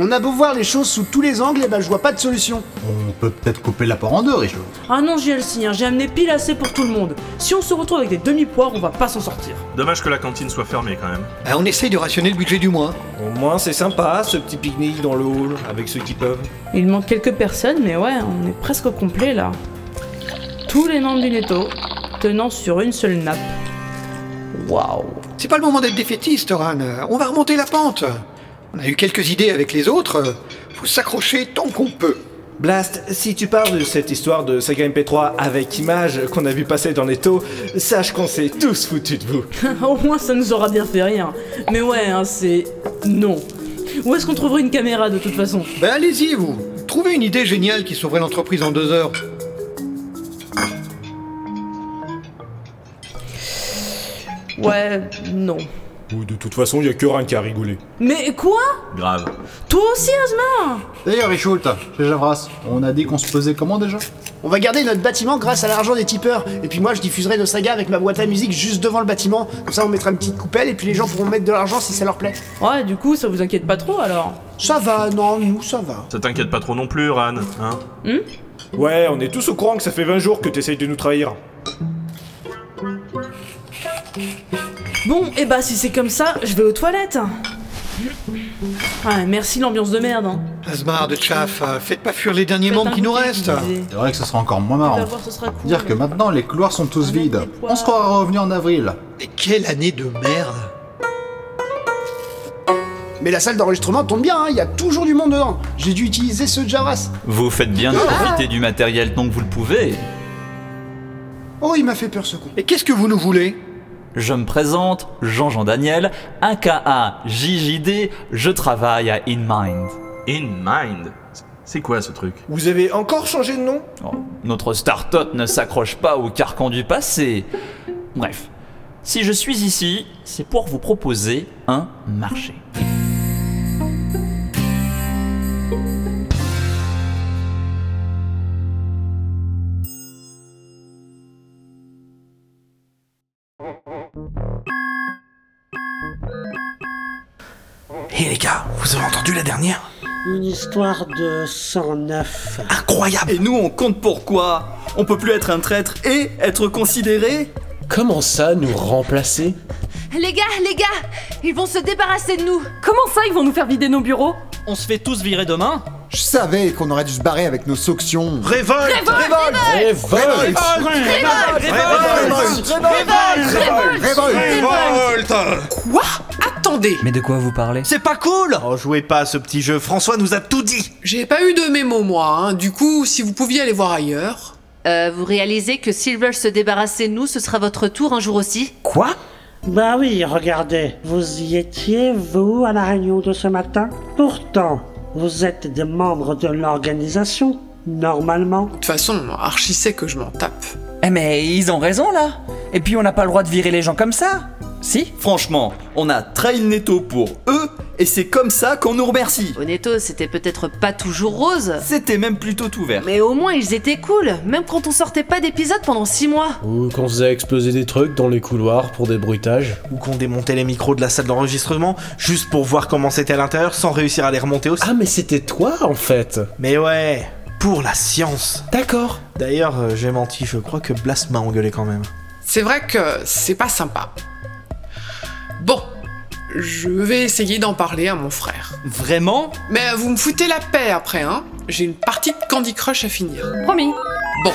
On a beau voir les choses sous tous les angles, et ben je vois pas de solution. On peut peut-être couper la part en deux, Richo. Ah non, GLC, hein, j'ai amené pile assez pour tout le monde. Si on se retrouve avec des demi-poires, on va pas s'en sortir. Dommage que la cantine soit fermée quand même. Bah, on essaye de rationner le budget du mois. Au moins, c'est sympa, ce petit pique-nique dans le hall, avec ceux qui peuvent. Il manque quelques personnes, mais ouais, on est presque au complet là. Tous les membres du netto, tenant sur une seule nappe. Waouh. C'est pas le moment d'être défaitiste, Ran. On va remonter la pente. On a eu quelques idées avec les autres. Faut s'accrocher tant qu'on peut. Blast, si tu parles de cette histoire de saga MP3 avec image qu'on a vu passer dans les taux, sache qu'on s'est tous foutus de vous. au moins, ça nous aura bien fait rien. Mais ouais, hein, c'est. Non. Où est-ce qu'on trouverait une caméra de toute façon Ben allez-y, vous. Trouvez une idée géniale qui sauverait l'entreprise en deux heures. Ouais, non. Ou de toute façon, il y a que Rin qui a rigolé. Mais quoi Grave. Toi aussi, Asma D'ailleurs, Richo, chez Javras, on a dit qu'on se posait comment déjà On va garder notre bâtiment grâce à l'argent des tipeurs, et puis moi je diffuserai nos sagas avec ma boîte à musique juste devant le bâtiment, comme ça on mettra une petite coupelle, et puis les gens pourront mettre de l'argent si ça leur plaît. Ouais, du coup, ça vous inquiète pas trop alors Ça va, non, nous ça va. Ça t'inquiète pas trop non plus, Ran, hein Ouais, on est tous au courant que ça fait 20 jours que t'essayes de nous trahir. Bon, et bah si c'est comme ça, je vais aux toilettes. Ouais, merci l'ambiance de merde. Hein. Asmar de Chaff, euh, faites pas fuir les derniers membres qui nous restent. C'est vrai que ce sera encore moins marrant. voir, Eh ben, ce sera cool. Dire que maintenant les couloirs sont tous vides. On se croira revenu en avril. Mais quelle année de merde. Mais la salle d'enregistrement tombe bien, hein, il y a toujours du monde dedans. J'ai dû utiliser ce Javras. Vous faites bien de profiter du matériel tant que vous le pouvez. Oh, il m'a fait peur ce con. Et qu'est-ce que vous nous voulez Je me présente, Jean-Jean Daniel, aka JJD, je travaille à InMind. In mind. C'est quoi ce truc Vous avez encore changé de nom Oh, notre start-up ne s'accroche pas au carcan du passé. Bref, si je suis ici, c'est pour vous proposer un marché. Hé les gars, vous avez entendu la dernière Une histoire de 109. Incroyable Et nous, on compte pour quoi On peut plus être un traître et être considéré Comment ça, nous remplacer Les gars, les gars, ils vont se débarrasser de nous. Comment ça, ils vont nous faire vider nos bureaux On se fait tous virer demain Je savais qu'on aurait dû se barrer avec nos soctions. Révolte Révolte Quoi Attendez Mais de quoi vous parlez C'est pas cool Oh, jouez pas à ce petit jeu, François nous a tout dit J'ai pas eu de mémo, moi, hein. du coup, si vous pouviez aller voir ailleurs. Euh, vous réalisez que s'ils veulent se débarrasser de nous, ce sera votre tour un jour aussi Quoi Bah oui, regardez, vous y étiez, vous, à la réunion de ce matin Pourtant, vous êtes des membres de l'organisation, normalement. De toute façon, Archie sait que je m'en tape. Eh mais ils ont raison là Et puis on n'a pas le droit de virer les gens comme ça Si Franchement, on a trahi le netto pour eux et c'est comme ça qu'on nous remercie Honnêto, c'était peut-être pas toujours rose. C'était même plutôt ouvert. Mais au moins, ils étaient cool, même quand on sortait pas d'épisode pendant 6 mois. Ou qu'on faisait exploser des trucs dans les couloirs pour des bruitages. Ou qu'on démontait les micros de la salle d'enregistrement juste pour voir comment c'était à l'intérieur sans réussir à les remonter aussi. Ah mais c'était toi en fait Mais ouais, pour la science. D'accord D'ailleurs, euh, j'ai menti, je crois que Blast m'a engueulé quand même. C'est vrai que c'est pas sympa. Bon, je vais essayer d'en parler à mon frère. Vraiment Mais vous me foutez la paix après, hein J'ai une partie de Candy Crush à finir. Promis. Bon.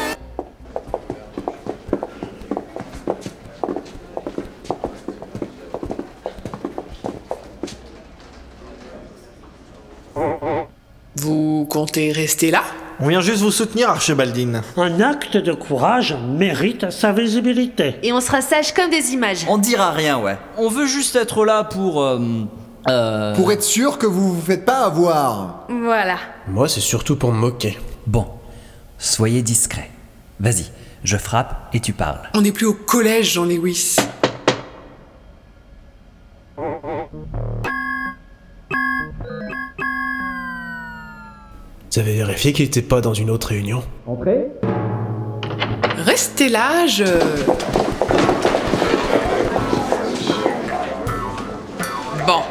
Vous comptez rester là On vient juste vous soutenir, Archibaldine. Un acte de courage mérite sa visibilité. Et on sera sages comme des images. On dira rien, ouais. On veut juste être là pour... Pour être sûr que vous vous faites pas avoir. Voilà. Moi c'est surtout pour me moquer. Bon, soyez discret. Vas-y, je frappe et tu parles. On n'est plus au collège, Jean-Lewis. Vous avez vérifié qu'il était pas dans une autre réunion Restez là, je... Bon.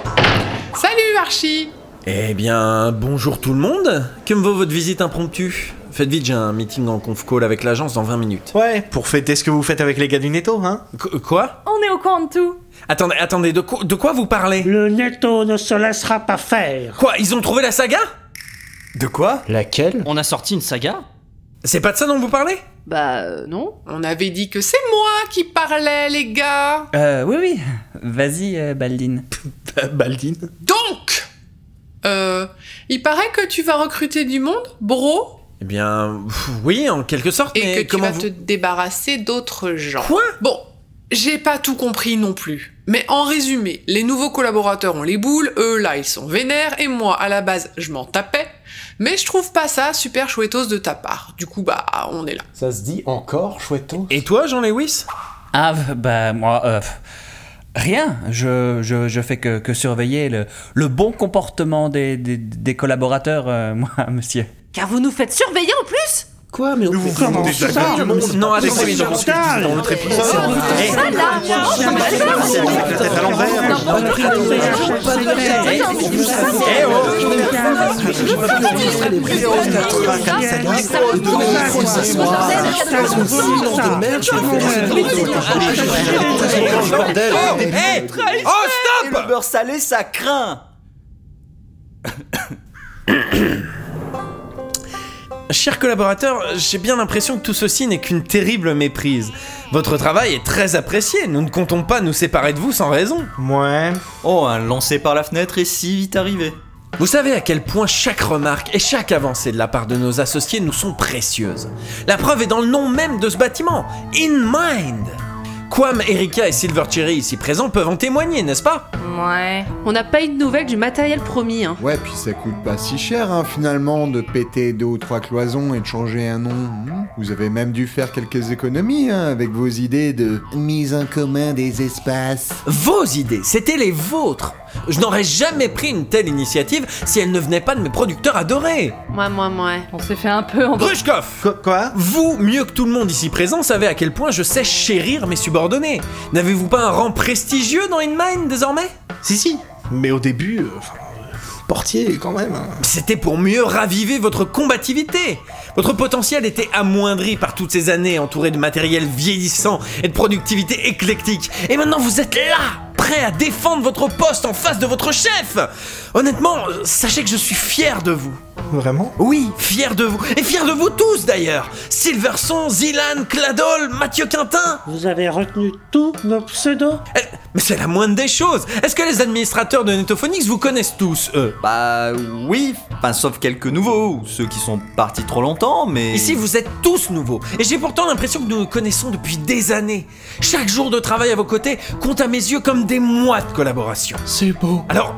Salut, Archie Eh bien, bonjour tout le monde. Que me vaut votre visite impromptue Faites vite, j'ai un meeting en conf call avec l'agence dans 20 minutes. Ouais, pour fêter ce que vous faites avec les gars du Netto, hein Qu- quoi On est au courant de tout. Attendez, attendez, de, quoi- de quoi vous parlez Le netto ne se laissera pas faire. Quoi Ils ont trouvé la saga De quoi Laquelle On a sorti une saga C'est pas de ça dont vous parlez Bah euh, non. On avait dit que c'est moi qui parlais, les gars. Euh, oui, oui. Vas-y, euh, Baldine. Baldine Donc, euh, il paraît que tu vas recruter du monde, bro, Eh bien, pff, oui, en quelque sorte, et mais que tu comment vas vous... te débarrasser d'autres gens. Quoi Bon, j'ai pas tout compris non plus. Mais en résumé, les nouveaux collaborateurs ont les boules, eux là ils sont vénères, et moi à la base je m'en tapais, mais je trouve pas ça super chouettos de ta part. Du coup bah on est là. Ça se dit encore, chouetto Et toi, Jean-Lewis Ah, bah, moi, euh, rien. Je, je, je fais que, que surveiller le, le bon comportement des, des, des collaborateurs, euh, moi, monsieur. Car vous nous faites surveiller en plus Quoi Mais on fait comment des ça du monde Non, attendez, mais non, parce que je disais dans l'autre épisode. Eh, Ça, là, non, ça me fait mal. Oh, hey oh stop Le beurre salé, ça craint Chers collaborateurs, j'ai bien l'impression que tout ceci n'est qu'une terrible méprise. Votre travail est très apprécié, nous ne comptons pas nous séparer de vous sans raison. Ouais. Oh, un lancé par la fenêtre est si vite arrivé. Vous savez à quel point chaque remarque et chaque avancée de la part de nos associés nous sont précieuses. La preuve est dans le nom même de ce bâtiment, In Mind. Quam, Erika et Silver Cherry ici présents peuvent en témoigner, n'est-ce pas Ouais. On n'a pas eu de nouvelles du matériel promis, hein. Ouais, puis ça coûte pas si cher, hein, finalement, de péter deux ou trois cloisons et de changer un nom. hein. Vous avez même dû faire quelques économies, hein, avec vos idées de mise en commun des espaces. Vos idées, c'était les vôtres. Je n'aurais jamais pris une telle initiative si elle ne venait pas de mes producteurs adorés. Ouais, ouais, ouais. On s'est fait un peu en Grushkov Quoi Vous, mieux que tout le monde ici présent, savez à quel point je sais chérir mes subordonnés. N'avez-vous pas un rang prestigieux dans InMind désormais Si, si. Mais au début, euh, enfin, euh, portier quand même. hein. C'était pour mieux raviver votre combativité. Votre potentiel était amoindri par toutes ces années entourées de matériel vieillissant et de productivité éclectique. Et maintenant vous êtes là, prêt à défendre votre poste en face de votre chef. Honnêtement, euh, sachez que je suis fier de vous. Vraiment Oui, fier de vous. Et fier de vous tous d'ailleurs. Silverson, Zilan, Cladol, Mathieu Quintin. Vous avez retenu tous nos pseudos Mais c'est la moindre des choses. Est-ce que les administrateurs de Netophonix vous connaissent tous, eux Bah oui, enfin sauf quelques nouveaux, ou ceux qui sont partis trop longtemps, mais... Ici, vous êtes tous nouveaux, et j'ai pourtant l'impression que nous nous connaissons depuis des années. Chaque jour de travail à vos côtés compte à mes yeux comme des mois de collaboration. C'est beau. Alors,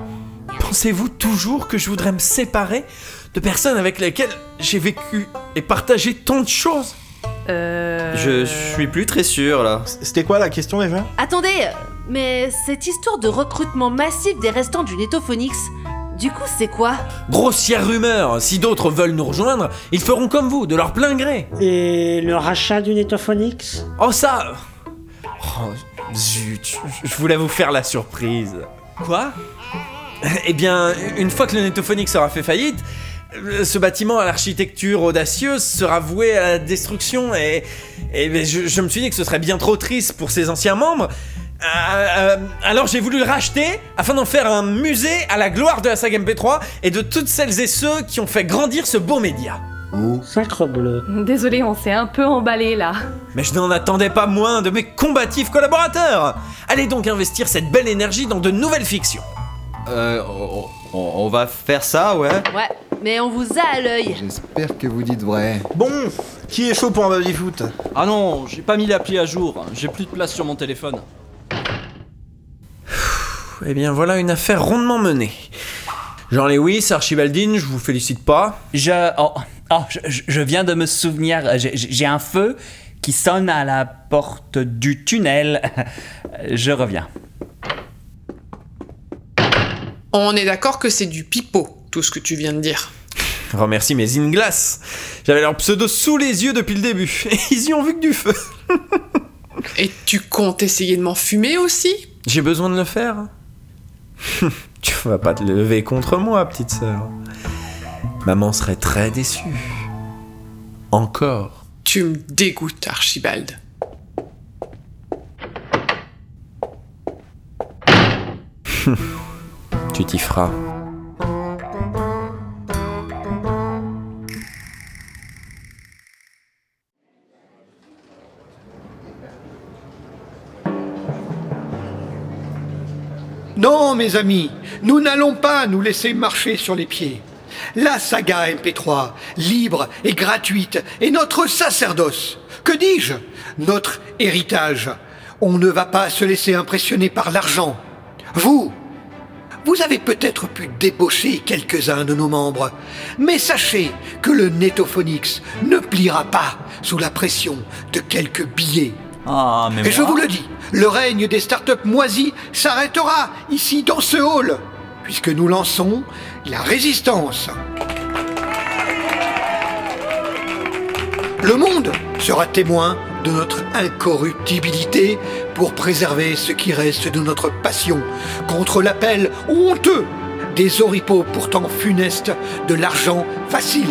pensez-vous toujours que je voudrais me séparer de personnes avec lesquelles j'ai vécu et partagé tant de choses Euh. Je suis plus très sûr là. C'était quoi la question déjà Attendez, mais cette histoire de recrutement massif des restants du Netophonix, du coup, c'est quoi Grossière rumeur, si d'autres veulent nous rejoindre, ils feront comme vous, de leur plein gré. Et le rachat du Netophonix Oh ça Oh zut, je voulais vous faire la surprise. Quoi Eh bien, une fois que le Netophonix aura fait faillite, euh, ce bâtiment à l'architecture audacieuse sera voué à la destruction et, et ben, je, je me suis dit que ce serait bien trop triste pour ses anciens membres. Euh, euh, alors j'ai voulu le racheter afin d'en faire un musée à la gloire de la saga MP3 et de toutes celles et ceux qui ont fait grandir ce beau média. Sacre bleu. Désolé, on s'est un peu emballé là. Mais je n'en attendais pas moins de mes combatifs collaborateurs Allez donc investir cette belle énergie dans de nouvelles fictions Euh, on, on- on va faire ça, ouais. Ouais, mais on vous a à l'œil. J'espère que vous dites vrai. Bon, qui est chaud pour un baby-foot Ah non, j'ai pas mis l'appli à jour, j'ai plus de place sur mon téléphone. Eh bien voilà une affaire rondement menée. Jean-Lewis, Archibaldine, je vous félicite pas. Je... Oh, oh, je, je- je viens de me souvenir, euh, j'ai- j'ai j'ai un feu qui sonne à la porte du tunnel. Je reviens. On est d'accord que c'est du pipeau, tout ce que tu viens de dire. Remercie mes Inglas. J'avais leur pseudo sous les yeux depuis le début. Et ils y ont vu que du feu. Et tu comptes essayer de m'en fumer aussi J'ai besoin de le faire. tu vas pas te lever contre moi, petite sœur. Maman serait très déçue. Encore. Tu me dégoûtes, Archibald. tu t'y feras. Non, mes amis, nous n'allons pas nous laisser marcher sur les pieds. La saga MP3, libre et gratuite, est notre sacerdoce. Que dis-je Notre héritage. On ne va pas se laisser impressionner par l'argent. Vous Vous avez peut-être pu débaucher quelques-uns de nos membres, mais sachez que le Netophonix ne pliera pas sous la pression de quelques billets. Ah, mais Et je vous le dis, le règne des startups moisies s'arrêtera ici dans ce hall, puisque nous lançons la résistance. Le monde sera témoin de notre incorruptibilité pour préserver ce qui reste de notre passion contre l'appel honteux des oripeaux pourtant funestes de l'argent facile.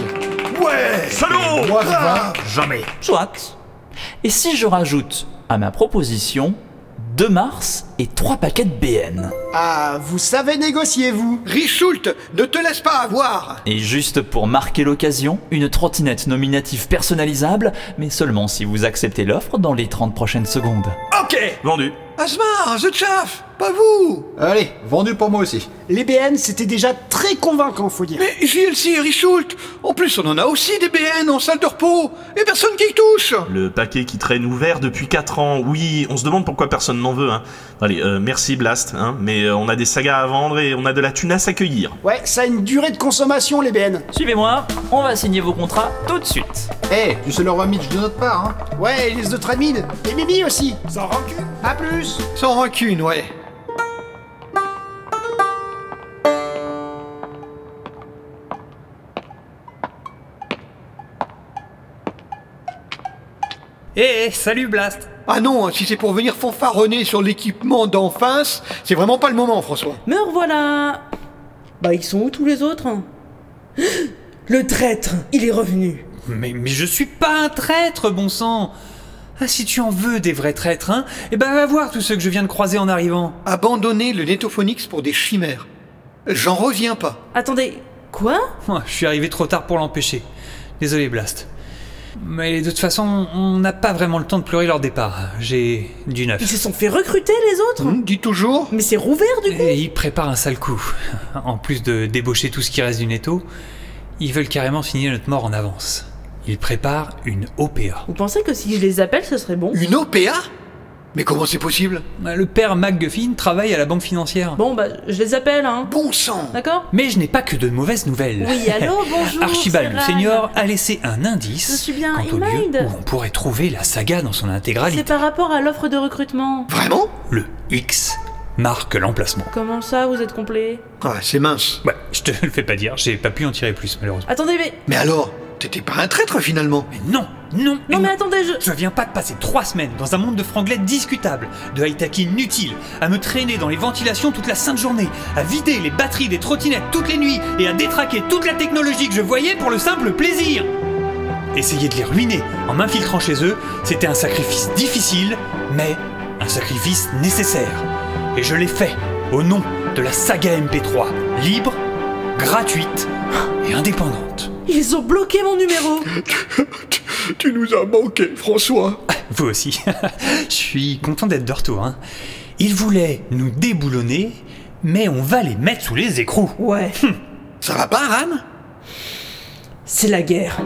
Ouais Salaud Moi, je Ah Jamais Soit. Et si je rajoute à ma proposition 2 mars et 3 paquets de BN Ah, vous savez négocier, vous Richult, ne te laisse pas avoir Et juste pour marquer l'occasion, une trottinette nominative personnalisable, mais seulement si vous acceptez l'offre dans les 30 prochaines secondes. Ok Vendu. Asmar, The Chaff, pas vous Allez, vendu pour moi aussi. Les BN, c'était déjà très convaincant, faut dire. Mais JLC et Richult, en plus on en a aussi des BN en salle de repos, et personne qui y touche Le paquet qui traîne ouvert depuis 4 ans. Oui, on se demande pourquoi personne n'en veut. Hein. Allez, euh, merci Blast, hein, mais euh, on a des sagas à vendre et on a de la thune à s'accueillir. Ouais, ça a une durée de consommation, les BN. Suivez-moi, on va signer vos contrats tout de suite. Eh, tu sais leur Mitch de notre part, hein Ouais, et les autres admins. Et Mimi aussi. Sans rancune. À plus. Sans rancune, ouais. Eh, eh, salut Blast Ah non, si c'est pour venir fanfaronner sur l'équipement d'en face, c'est vraiment pas le moment, François. Me revoilà Bah, ils sont où tous les autres hein Le traître, il est revenu mais, mais je suis pas un traître, bon sang Ah, si tu en veux des vrais traîtres, hein Eh ben, va voir tous ceux que je viens de croiser en arrivant. Abandonner le Netophonix pour des chimères. J'en reviens pas. Attendez, quoi Moi, je suis arrivé trop tard pour l'empêcher. Désolé, Blast. Mais de toute façon, on n'a pas vraiment le temps de pleurer leur départ. J'ai du neuf. Ils se sont fait recruter les autres Hum, Dis toujours Mais c'est rouvert du coup Et ils préparent un sale coup. En plus de débaucher tout ce qui reste du netto, ils veulent carrément signer notre mort en avance. Ils préparent une OPA. Vous pensez que si je les appelle, ce serait bon Une OPA Mais comment c'est possible Le père McGuffin travaille à la banque financière. Bon, bah, je les appelle, hein Bon sang D'accord Mais je n'ai pas que de mauvaises nouvelles. Oui, allô, bonjour, Archibald le Serran. senior a laissé un indice Je suis bien quant au lieu Imide. où on pourrait trouver la saga dans son C'est intégralité. par rapport à l'offre de recrutement. Vraiment Le X marque l'emplacement. Comment ça, vous êtes complet Ah, c'est mince. Ouais, je te le fais pas dire, j'ai pas pu en tirer plus malheureusement. Attendez, mais... Mais alors, t'étais pas un traître finalement Non, non, Non, mais attendez, je... Je viens pas de passer trois semaines dans un monde de franglais discutable, de high-tech inutile, à me traîner dans les ventilations toute la sainte journée, à vider les batteries des trottinettes toutes les nuits et à détraquer toute la technologie que je voyais pour le simple plaisir. Essayer de les ruiner en m'infiltrant chez eux, c'était un sacrifice difficile, mais un sacrifice nécessaire. Et je l'ai fait au nom de la saga MP3, libre, gratuite et indépendante. Ils ont bloqué mon numéro Tu nous as manqué, François. Vous aussi. Je suis content d'être de retour. Hein. Ils voulaient nous déboulonner, mais on va les mettre sous les écrous. Ouais, Ça va pas, Ran c'est la guerre.